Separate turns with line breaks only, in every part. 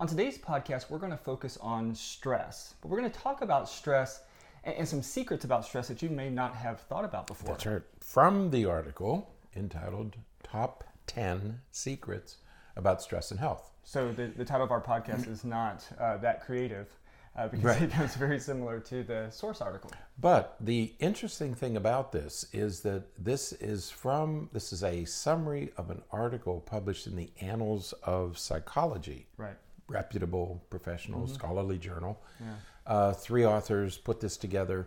On today's podcast, we're going to focus on stress, but we're going to talk about stress and, and some secrets about stress that you may not have thought about before.
That's right. From the article entitled Top 10 Secrets About Stress and Health.
So the, the title of our podcast is not uh, that creative uh, because
Right.
it comes very similar to the source article.
But the interesting thing about this is that this is from, this is a summary of an article published in the Annals of Psychology.
Right.
reputable professional scholarly journal. Uh, three authors put this together,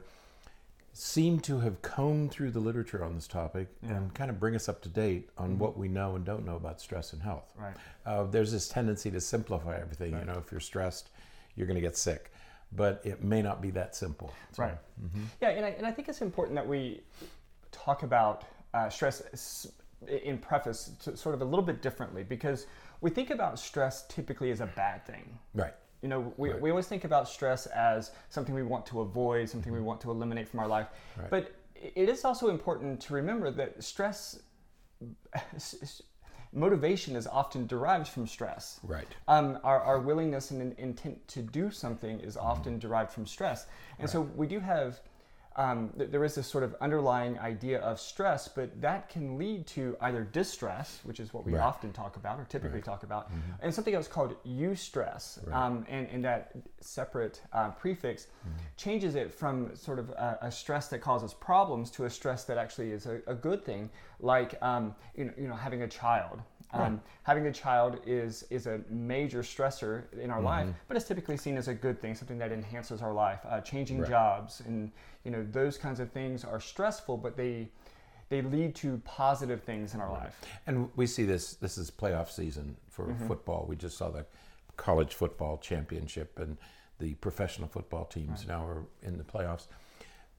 seem to have combed through the literature on this topic and kind of bring us up to date on what we know and don't know about stress and health.
Right.
Uh, there's this tendency to simplify everything. You know, if you're stressed, you're going to get sick, but it may not be that simple. So-
Right. Mm-hmm. Yeah, and I, and I think it's important that we talk about uh, stress s- in preface to sort of a little bit differently because we think about stress typically as a bad thing.
Right.
You know, we, we always think about stress as something we want to avoid, something we want to eliminate from our life. But i- it is also important to remember that stress, s- s- motivation is often derived from stress.
Right.
Um, our, our willingness and in- intent to do something is often derived from stress. And so we do have, um, th- there is this sort of underlying idea of stress, but that can lead to either distress, which is what we
Right.
often talk about or typically talk about, and something else called eustress. Um, and, and that separate uh, prefix changes it from sort of a, a stress that causes problems to a stress that actually is a, a good thing, like um, you, know, you know, having a child. Um, Having a child is is a major stressor in our life, but it's typically seen as a good thing, something that enhances our life. Uh, changing jobs and you know those kinds of things are stressful, but they they lead to positive things in our life.
And we see this. This is playoff season for football. We just saw the college football championship, and the professional football teams now are in the playoffs.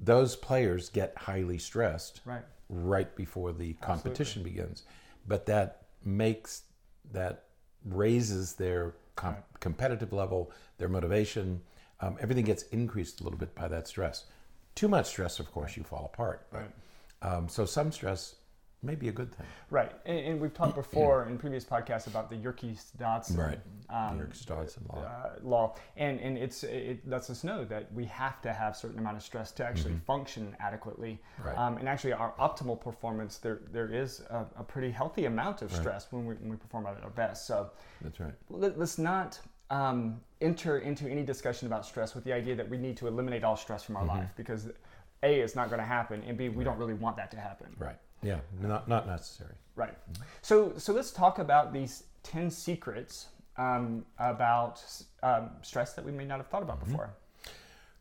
Those players get highly stressed
Right.
right before the competition begins, but that makes that raises their com- competitive level, their motivation. Um, everything gets increased a little bit by that stress. Too much stress, of course, you fall apart. But, um, so some stress may be a good thing.
Right, and, and we've talked before in previous podcasts about the Yerkes-Dodson
Right.
um,
Eric Stodson law.
uh, law, and and it's it lets us know that we have to have certain amount of stress to actually function adequately,
Right.
um, and actually our optimal performance there there is a, a pretty healthy amount of stress when, we, when we perform at our best. So
That's right.
let, us not um, enter into any discussion about stress with the idea that we need to eliminate all stress from our life because a it's not going to happen, and b we don't really want that to happen.
Right. Yeah. Not not necessary.
Right. So so let's talk about these ten secrets um, about um, stress that we may not have thought
Mm-hmm.
about before.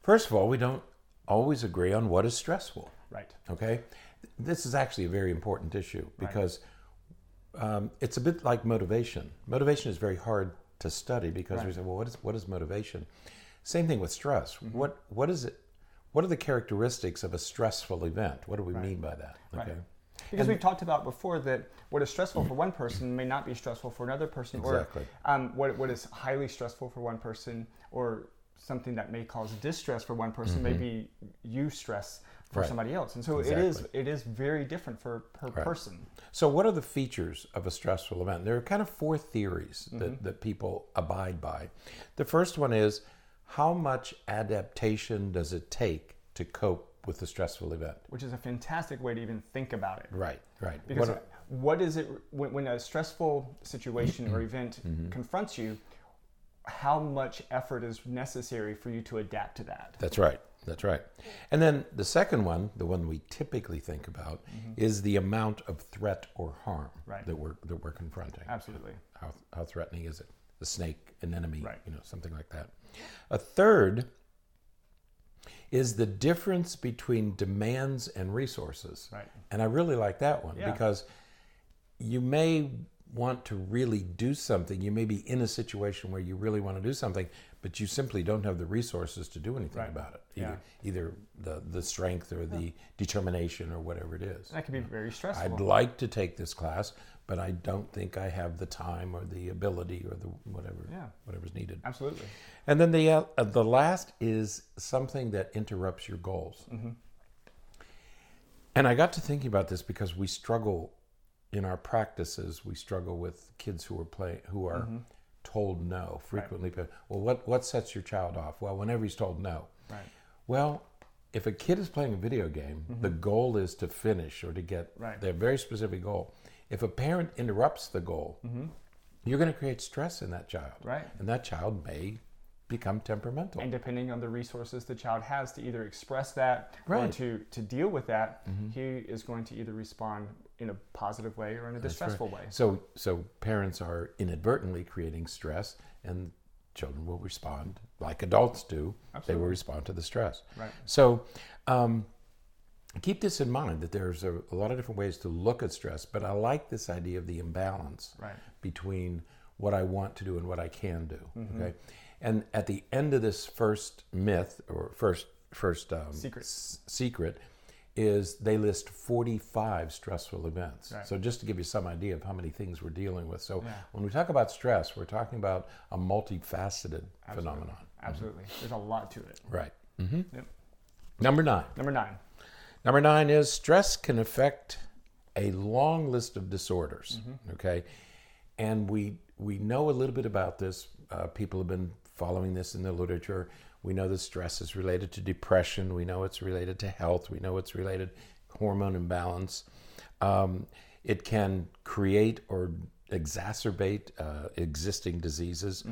First of all, we don't always agree on what is stressful.
Right.
Okay. This is actually a very important issue because um, it's a bit like motivation. Motivation is very hard to study because we say, well, what is what is motivation? Same thing with stress. What what is it? What are the characteristics of a stressful event? What do we mean by that? Okay.
Because we've talked about before that what is stressful for one person may not be stressful for another person,
Exactly.
or um, what, what is highly stressful for one person, or something that may cause distress for one person may be you stress for
Mm-hmm. Right.
somebody else. And so it is it is very different for per person.
So, what are the features of a stressful event? There are kind of four theories that, that people abide by. The first one is how much adaptation does it take to cope with the stressful event?
Which is a fantastic way to even think about it.
Right, right.
Because
What-
what is it when, when a stressful situation or event
Mm-hmm.
confronts you? How much effort is necessary for you to adapt to that?
that's right, that's right. And then the second one, the one we typically think about, is the amount of threat or harm
Right.
that, we're, that we're confronting.
Absolutely.
how, how threatening is it? A snake, an enemy,
Right.
you know, something like that. A third is the difference between demands and resources.
Right.
And I really like that one
Yeah.
because you may want to really do something. You may be in a situation where you really want to do something, but you simply don't have the resources to do anything about it. Either, either the, the strength or the determination or whatever it is.
That can be very stressful.
I'd like to take this class, but I don't think I have the time or the ability or the whatever
Yeah.
whatever's needed.
Absolutely.
And then the uh, the last is something that interrupts your goals. And I got to thinking about this because we struggle in our practices we struggle with kids who are play who are told no frequently. Well, what what sets your child off? Well, whenever he's told no.
Right.
Well, if a kid is playing a video game, the goal is to finish or to get
Mm-hmm. Right.
their very specific goal. If a parent interrupts the goal, you're going to create stress in that child.
Mm-hmm. Right.
And that child may become temperamental.
And depending on the resources the child has to either express that or
Right. Mm-hmm.
to, to deal with that, he is going to either respond in a positive way or in a distressful way.
so so parents are inadvertently creating stress and children will respond like adults do. They will respond to the stress.
Right.
So um, keep this in mind that there's a, a lot of different ways to look at stress, but I like this idea of the imbalance
Right.
between what I want to do and what I can do.
Mm-hmm.
Okay, and at the end of this first myth or first first um,
Secret.
s- secret is they list 45 stressful events.
Right.
So just to give you some idea of how many things we're dealing with. So when we talk about stress, we're talking about a multifaceted phenomenon.
Absolutely. There's a lot to it.
Right. hmm
Yep.
Number nine.
Number nine.
Number nine is stress can affect a long list of disorders. Okay, and we we know a little bit about this. Uh, people have been following this in the literature. We know that stress is related to depression. We know it's related to health. We know it's related hormone imbalance. Um, it can create or exacerbate uh, existing diseases,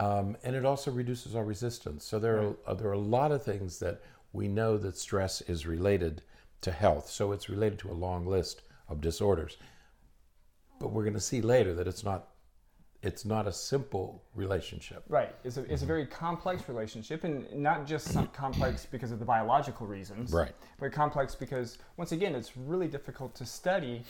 um, and it also reduces our resistance. So there are uh, there are a lot of things that we know that stress is related to health. So it's related to a long list of disorders. But we're going to see later that it's not it's not a simple relationship.
Right. It's a, it's a very complex relationship, and not just some complex because of the biological reasons,
Right.
But complex because, once again, it's really difficult to study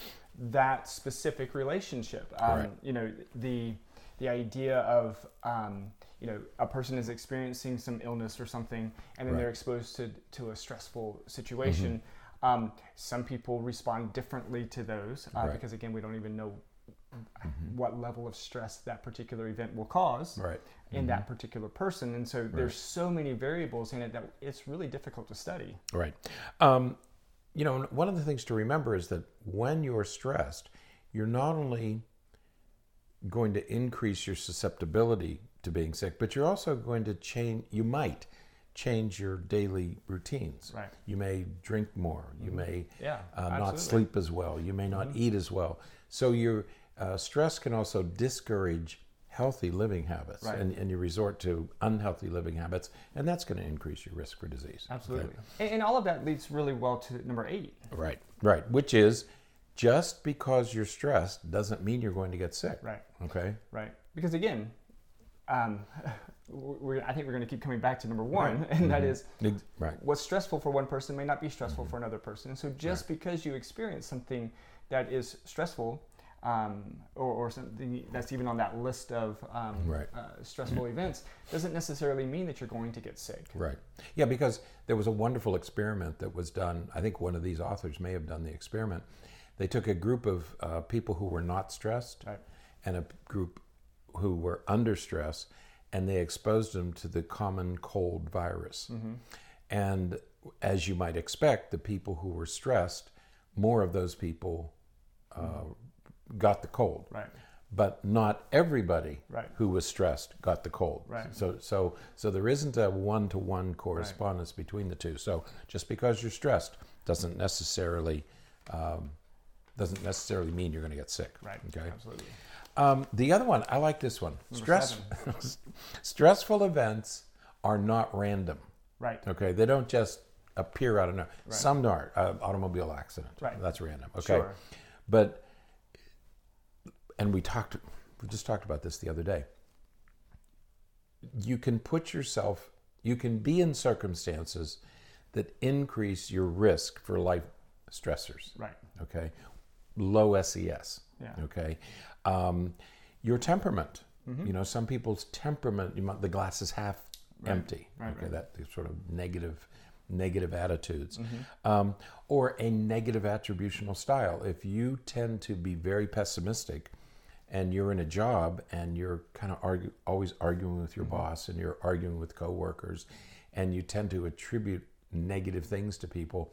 that specific relationship. Um,
Right.
You know, the the idea of um, you know a person is experiencing some illness or something, and then they're exposed to to a stressful situation. Um, some people respond differently to those uh,
Mm-hmm. Right. Mm-hmm.
because, again, we don't even know what level of stress that particular event will cause
Right. Mm-hmm.
in that particular person. And so there's so many variables in it that it's really difficult to study.
Right. Um, you know, one of the things to remember is that when you're stressed, you're not only going to increase your susceptibility to being sick, but you're also going to change, you might change your daily routines.
Right.
You may drink more. You may
Yeah,
uh,
absolutely. Mm-hmm.
not sleep as well. You may not eat as well. So your uh, stress can also discourage healthy living habits
Right.
and, and you resort to unhealthy living habits and that's going to increase your risk for disease Okay?
And, and all of that leads really well to number eight.
Right, right. Which is just because you're stressed doesn't mean you're going to get sick.
Right.
Okay.
Right. Because again, um, we're, I think we're going to keep coming back to number one, and that is
Ex- Right.
what's stressful for one person may not be stressful for another person. And so just because you experience something that is stressful, um, or, or something that's even on that list of um,
Right.
uh, stressful events doesn't necessarily mean that you're going to get sick.
Right. Yeah, because there was a wonderful experiment that was done. I think one of these authors may have done the experiment. They took a group of uh, people who were not stressed
Right.
and a group who were under stress, and they exposed them to the common cold virus. And as you might expect, the people who were stressed, more of those people uh, got the cold.
Right.
But not everybody
Right.
who was stressed got the cold.
Right.
So so so there isn't a one to one correspondence between the two. So just because you're stressed doesn't necessarily um, doesn't necessarily mean you're going to get sick.
Right.
Okay.
Absolutely.
Um, the other one, I like this one. Stress, stressful events are not random.
Right.
Okay, they don't just appear out of nowhere. Some are uh, automobile accident.
Right.
that's random. Okay,
Sure.
but and we talked, we just talked about this the other day. You can put yourself, you can be in circumstances that increase your risk for life stressors
Right.
okay low E ses
Yeah.
okay um, your temperament you know some people's temperament you might, the glass is half empty okay that sort of negative negative attitudes um, or a negative attributional style if you tend to be very pessimistic and you're in a job and you're kind of argue, always arguing with your boss and you're arguing with coworkers and you tend to attribute negative things to people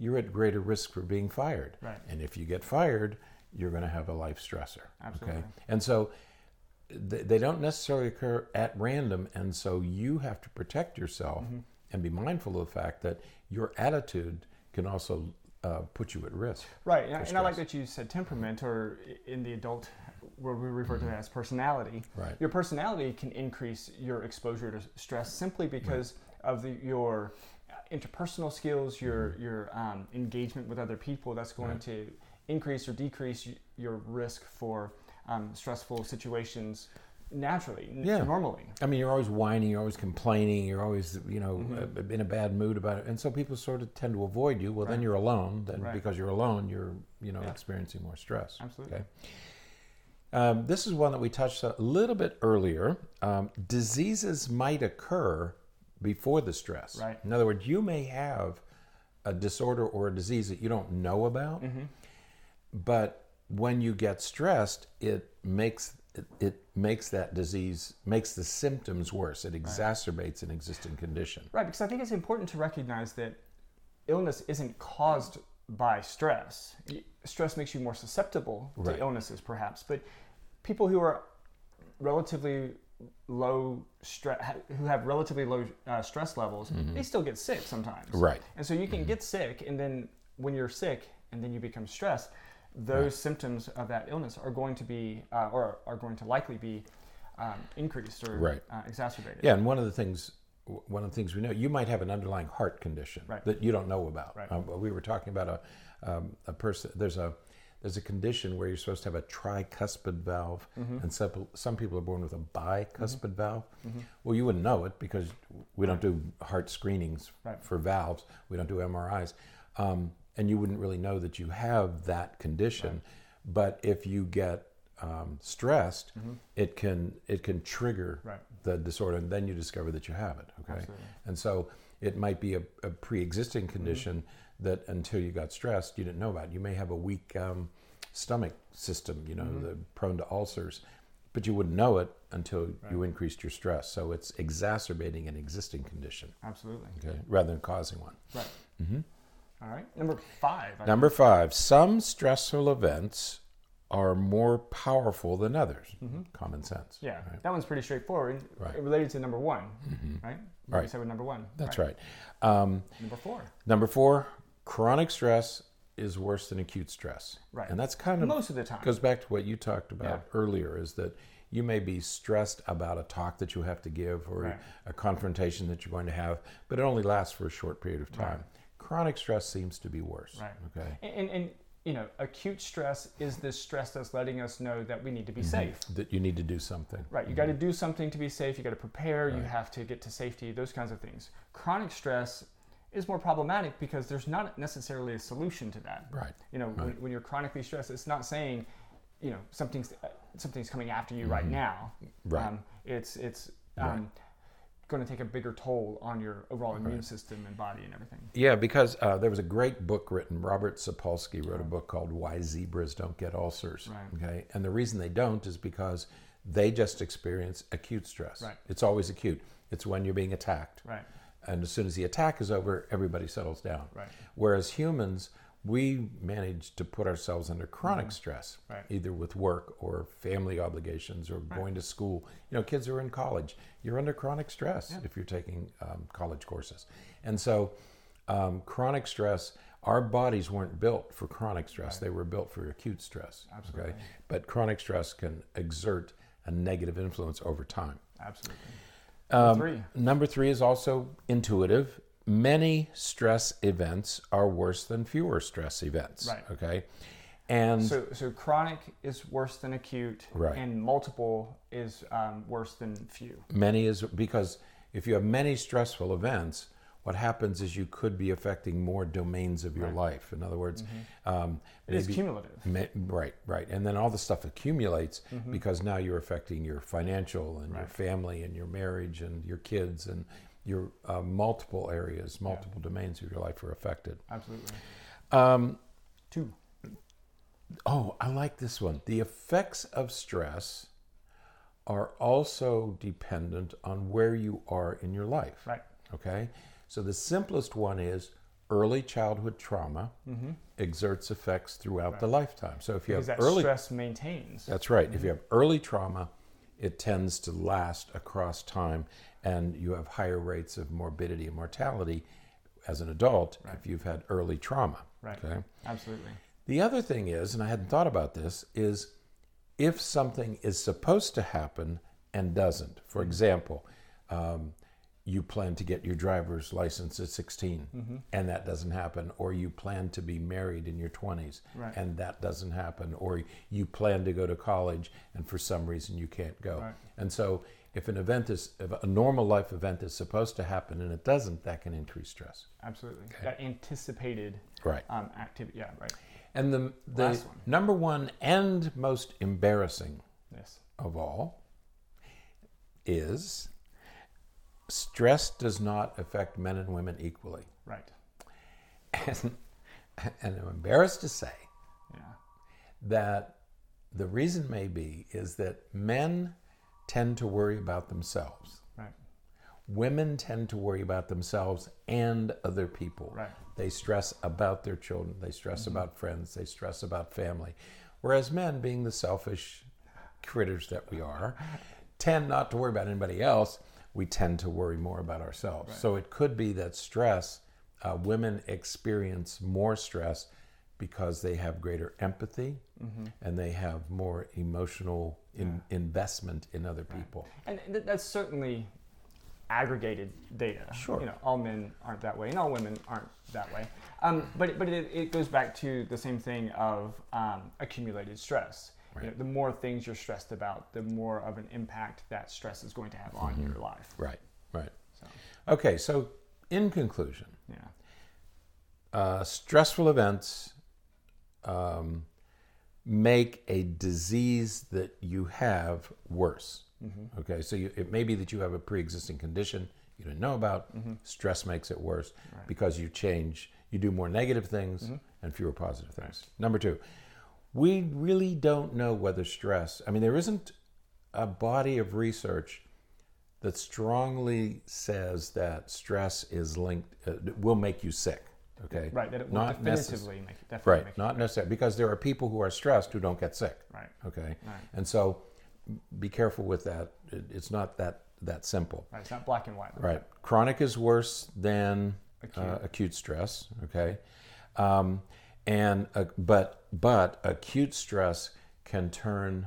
you're at greater risk for being fired
Right.
and if you get fired you're going to have a life stressor.
Absolutely.
And so th- they don't necessarily occur at random. And so you have to protect yourself
Mm-hmm.
and be mindful of the fact that your attitude can also uh, put you at risk.
Right, and, I- and I like that you said temperament, or i- in the adult world, we refer to that as personality.
Right.
Your personality can increase your exposure to stress simply because of the, your uh, interpersonal skills, your your um, engagement with other people. That's going to increase or decrease y- your risk for um, stressful situations naturally, n-
Yeah.
normally.
I mean, you're always whining, you're always complaining, you're always, you know,
Mm-hmm.
uh, in a bad mood about it. And so people sort of tend to avoid you. Well, then
Right.
you're alone. Then
Right.
because you're alone, you're, you know,
Yeah.
experiencing more stress.
Absolutely.
Okay. Um, this is one that we touched on a little bit earlier. Um, diseases might occur before the stress.
Right.
In other words, you may have a disorder or a disease that you don't know about, but when you get stressed, it makes it, it makes that disease makes the symptoms worse. It exacerbates an existing condition.
Right, because I think it's important to recognize that illness isn't caused by stress. Y- Stress makes you more susceptible to
Right.
illnesses, perhaps, but people who are relatively low stress, who have relatively low uh, stress levels, they still get sick sometimes.
Mm-hmm. Right. Mm-hmm.
And so you can get sick, and then when you're sick, and then you become stressed, those symptoms of that illness are going to be, uh, or are going to likely be. Um, increased or
Right.
uh, exacerbated.
Yeah, and one of the things w- one of the things we know you might have an underlying heart condition
Right.
that you don't know about.
Right.
Um, we were talking about a um, a person. There's a there's a condition where you're supposed to have a tricuspid valve,
Mm-hmm.
and some peop- some people are born with a bicuspid valve.
Mm-hmm.
Well, you wouldn't know it because we don't do heart screenings
Right.
for valves. We don't do MRIs, um, and you wouldn't really know that you have that condition. But if you get um, stressed,
Mm-hmm.
it can it can trigger
Right.
the disorder, and then you discover that you have it. Okay,
Absolutely.
and so it might be a, a pre-existing condition that until you got stressed, you didn't know about. You may have a weak um, stomach system, you know, the, prone to ulcers, but you wouldn't know it until you increased your stress. So it's exacerbating an existing condition,
Absolutely.
okay, rather than causing one.
Right. All right. Number five. I-
Mm-hmm. Number five, some stressful events are more powerful than others. Common sense.
yeah,
right?
that one's pretty straightforward.
Right. Mm-hmm.
It related to number one, right? You
Right.
said with number one.
That's right. Um,
Number four.
Number four, chronic stress is worse than acute stress.
Right.
And that's kind of
Most of the time.
goes back to what you talked about
Yeah.
earlier is that you may be stressed about a talk that you have to give or
Right.
a confrontation that you're going to have, but it only lasts for a short period of time. Chronic stress seems to be worse.
Right.
Okay.
And, and, and, you know, acute stress is this stress that's letting us know that we need to be safe.
That you need to do something.
Right. You got
Mm-hmm.
to do something to be safe. You got to prepare. You have to get to safety. Those kinds of things. Chronic stress is more problematic because there's not necessarily a solution to that.
Right.
You know, when, when you're chronically stressed, it's not saying, you know, something's uh, something's coming after you right now.
Mm-hmm. Right.
Um, it's it's um, going to take a bigger toll on your overall immune system and body and everything.
Yeah, because uh, there was a great book written. Robert Sapolsky wrote a book called "Why Zebras Don't Get Ulcers."
Right.
Okay, and the reason they don't is because they just experience acute stress.
Right.
It's always acute. It's when you're being attacked.
Right.
And as soon as the attack is over, everybody settles down.
Right.
Whereas humans, we manage to put ourselves under chronic stress,
Mm-hmm. Right.
either with work or family obligations or going to school. You know, kids who are in college, you're under chronic stress if you're taking um, college courses. And so, um, chronic stress, our bodies weren't built for chronic stress, they were built for acute stress. Absolutely. But chronic stress can exert a negative influence over time.
Absolutely. Number three.
Um, Number three is also intuitive. Many stress events are worse than fewer stress events.
Right.
Okay. And
So, so chronic is worse than acute,
Right.
and multiple is um, worse than few.
many is because if you have many stressful events, what happens is you could be affecting more domains of your life. In other words, um,
Mm-hmm. It is
maybe-
cumulative.
Ma- Right, right. And then all the stuff accumulates
Mm-hmm.
because now you're affecting your financial and your family and your marriage and your kids and your uh, multiple areas, multiple domains of your life are affected.
Absolutely.
Um,
Two.
Oh, I like this one. The effects of stress are also dependent on where you are in your life.
Right.
Okay. So the simplest one is early childhood trauma exerts effects throughout the lifetime. So if you
Mm-hmm. because
have
that
early
stress Mm-hmm. maintains.
That's right. If you have early trauma, it tends to last across time, and you have higher rates of morbidity and mortality as an adult if you've had early trauma.
Right.
Okay?
Absolutely.
The other thing is, and I hadn't thought about this, is if something is supposed to happen and doesn't. For
Mm-hmm.
example, um, you plan to get your driver's license at 16
Mm-hmm.
and that doesn't happen, or you plan to be married in your 20s
Right.
and that doesn't happen, or you plan to go to college and for some reason you can't go.
Right.
And so, if an event is, if a normal life event is supposed to happen and it doesn't, that can increase stress.
Absolutely. That anticipated
Right.
um, activity. Yeah, right.
And the, the
Last one.
number one and most embarrassing
Yes.
of all is stress does not affect men and women equally.
Right.
And, and I'm embarrassed to say
Yeah.
that the reason may be is that men tend to worry about themselves.
Right.
Women tend to worry about themselves and other people.
Right.
They stress about their children, they stress about friends, they stress about family. Whereas men, being the selfish critters that we are, tend not to worry about anybody else. We tend to worry more about ourselves. So it could be that stress, uh, women experience more stress because they have greater empathy and they have more emotional in, investment in other people.
And th- that's certainly aggregated data.
Sure.
You know, all men aren't that way, and all women aren't that way. Um, but it- but it, it goes back to the same thing of um, accumulated stress. You know, the more things you're stressed about, the more of an impact that stress is going to have on your life.
Right, right.
So,
Okay, so in conclusion,
yeah.
uh, stressful events um, make a disease that you have worse.
Mm-hmm.
Okay, so you, it may be that you have a pre-existing condition you didn't know about.
Mm-hmm.
Stress makes it worse because you change, you do more negative things
Mm-hmm.
and fewer positive things. Number two, we really don't know whether stress. I mean, there isn't a body of research that strongly says that stress is linked uh, will make you sick. Okay,
Right. That it will
Not necess-
definitively make definitely
Right,
make
not necessarily, because there are people who are stressed who don't get sick.
Right.
Okay, and so be careful with that. It, it's not that that simple.
Right. It's not black and white.
Right. Chronic is worse than acute, uh, acute stress. Okay, um, and uh, but but acute stress can turn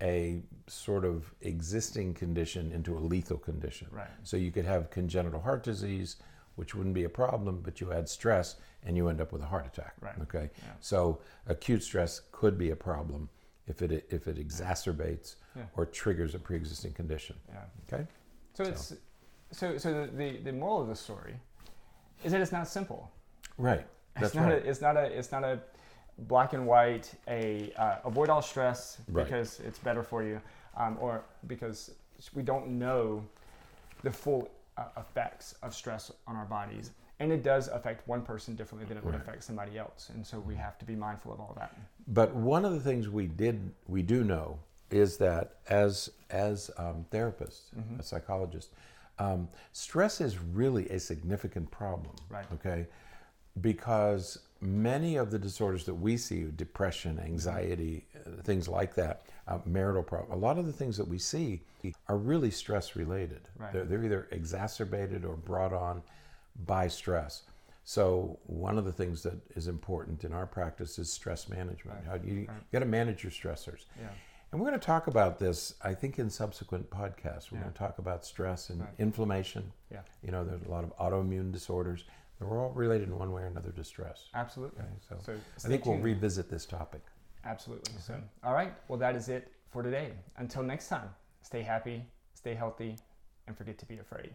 a sort of existing condition into a lethal condition.
Right.
So you could have congenital heart disease, which wouldn't be a problem, but you add stress and you end up with a heart attack.
Right.
Okay. So acute stress could be a problem if it if it exacerbates
Yeah.
or triggers a pre-existing condition.
Yeah.
Okay.
So it's so so the, the the moral of the story is that it's not simple.
Right.
it's not a, it's not a it's not a black and white a uh, avoid all stress
Right.
because it's better for you um, or because we don't know the full uh, effects of stress on our bodies and it does affect one person differently than it would affect somebody else and so we have to be mindful of all that
But one of the things we did we do know is that as as um, therapists, as psychologists, um, stress is really a significant problem.
Right.
Okay, because many of the disorders that we see, depression, anxiety, uh, things like that, uh, marital problem, a lot of the things that we see are really stress related.
Right.
They're, they're either exacerbated or brought on by stress. So one of the things that is important in our practice is stress management. How do you, you got to manage your stressors.
Yeah.
And we're going to talk about this, I think, in subsequent podcasts. We're going to talk about stress and inflammation.
Yeah.
You know, there's a lot of autoimmune disorders. They're all related in one way or another to stress.
absolutely
So,
So
I
stay
think we'll
tuned.
revisit this topic.
absolutely so all right well that is it for today until next time stay happy stay healthy and forget to be afraid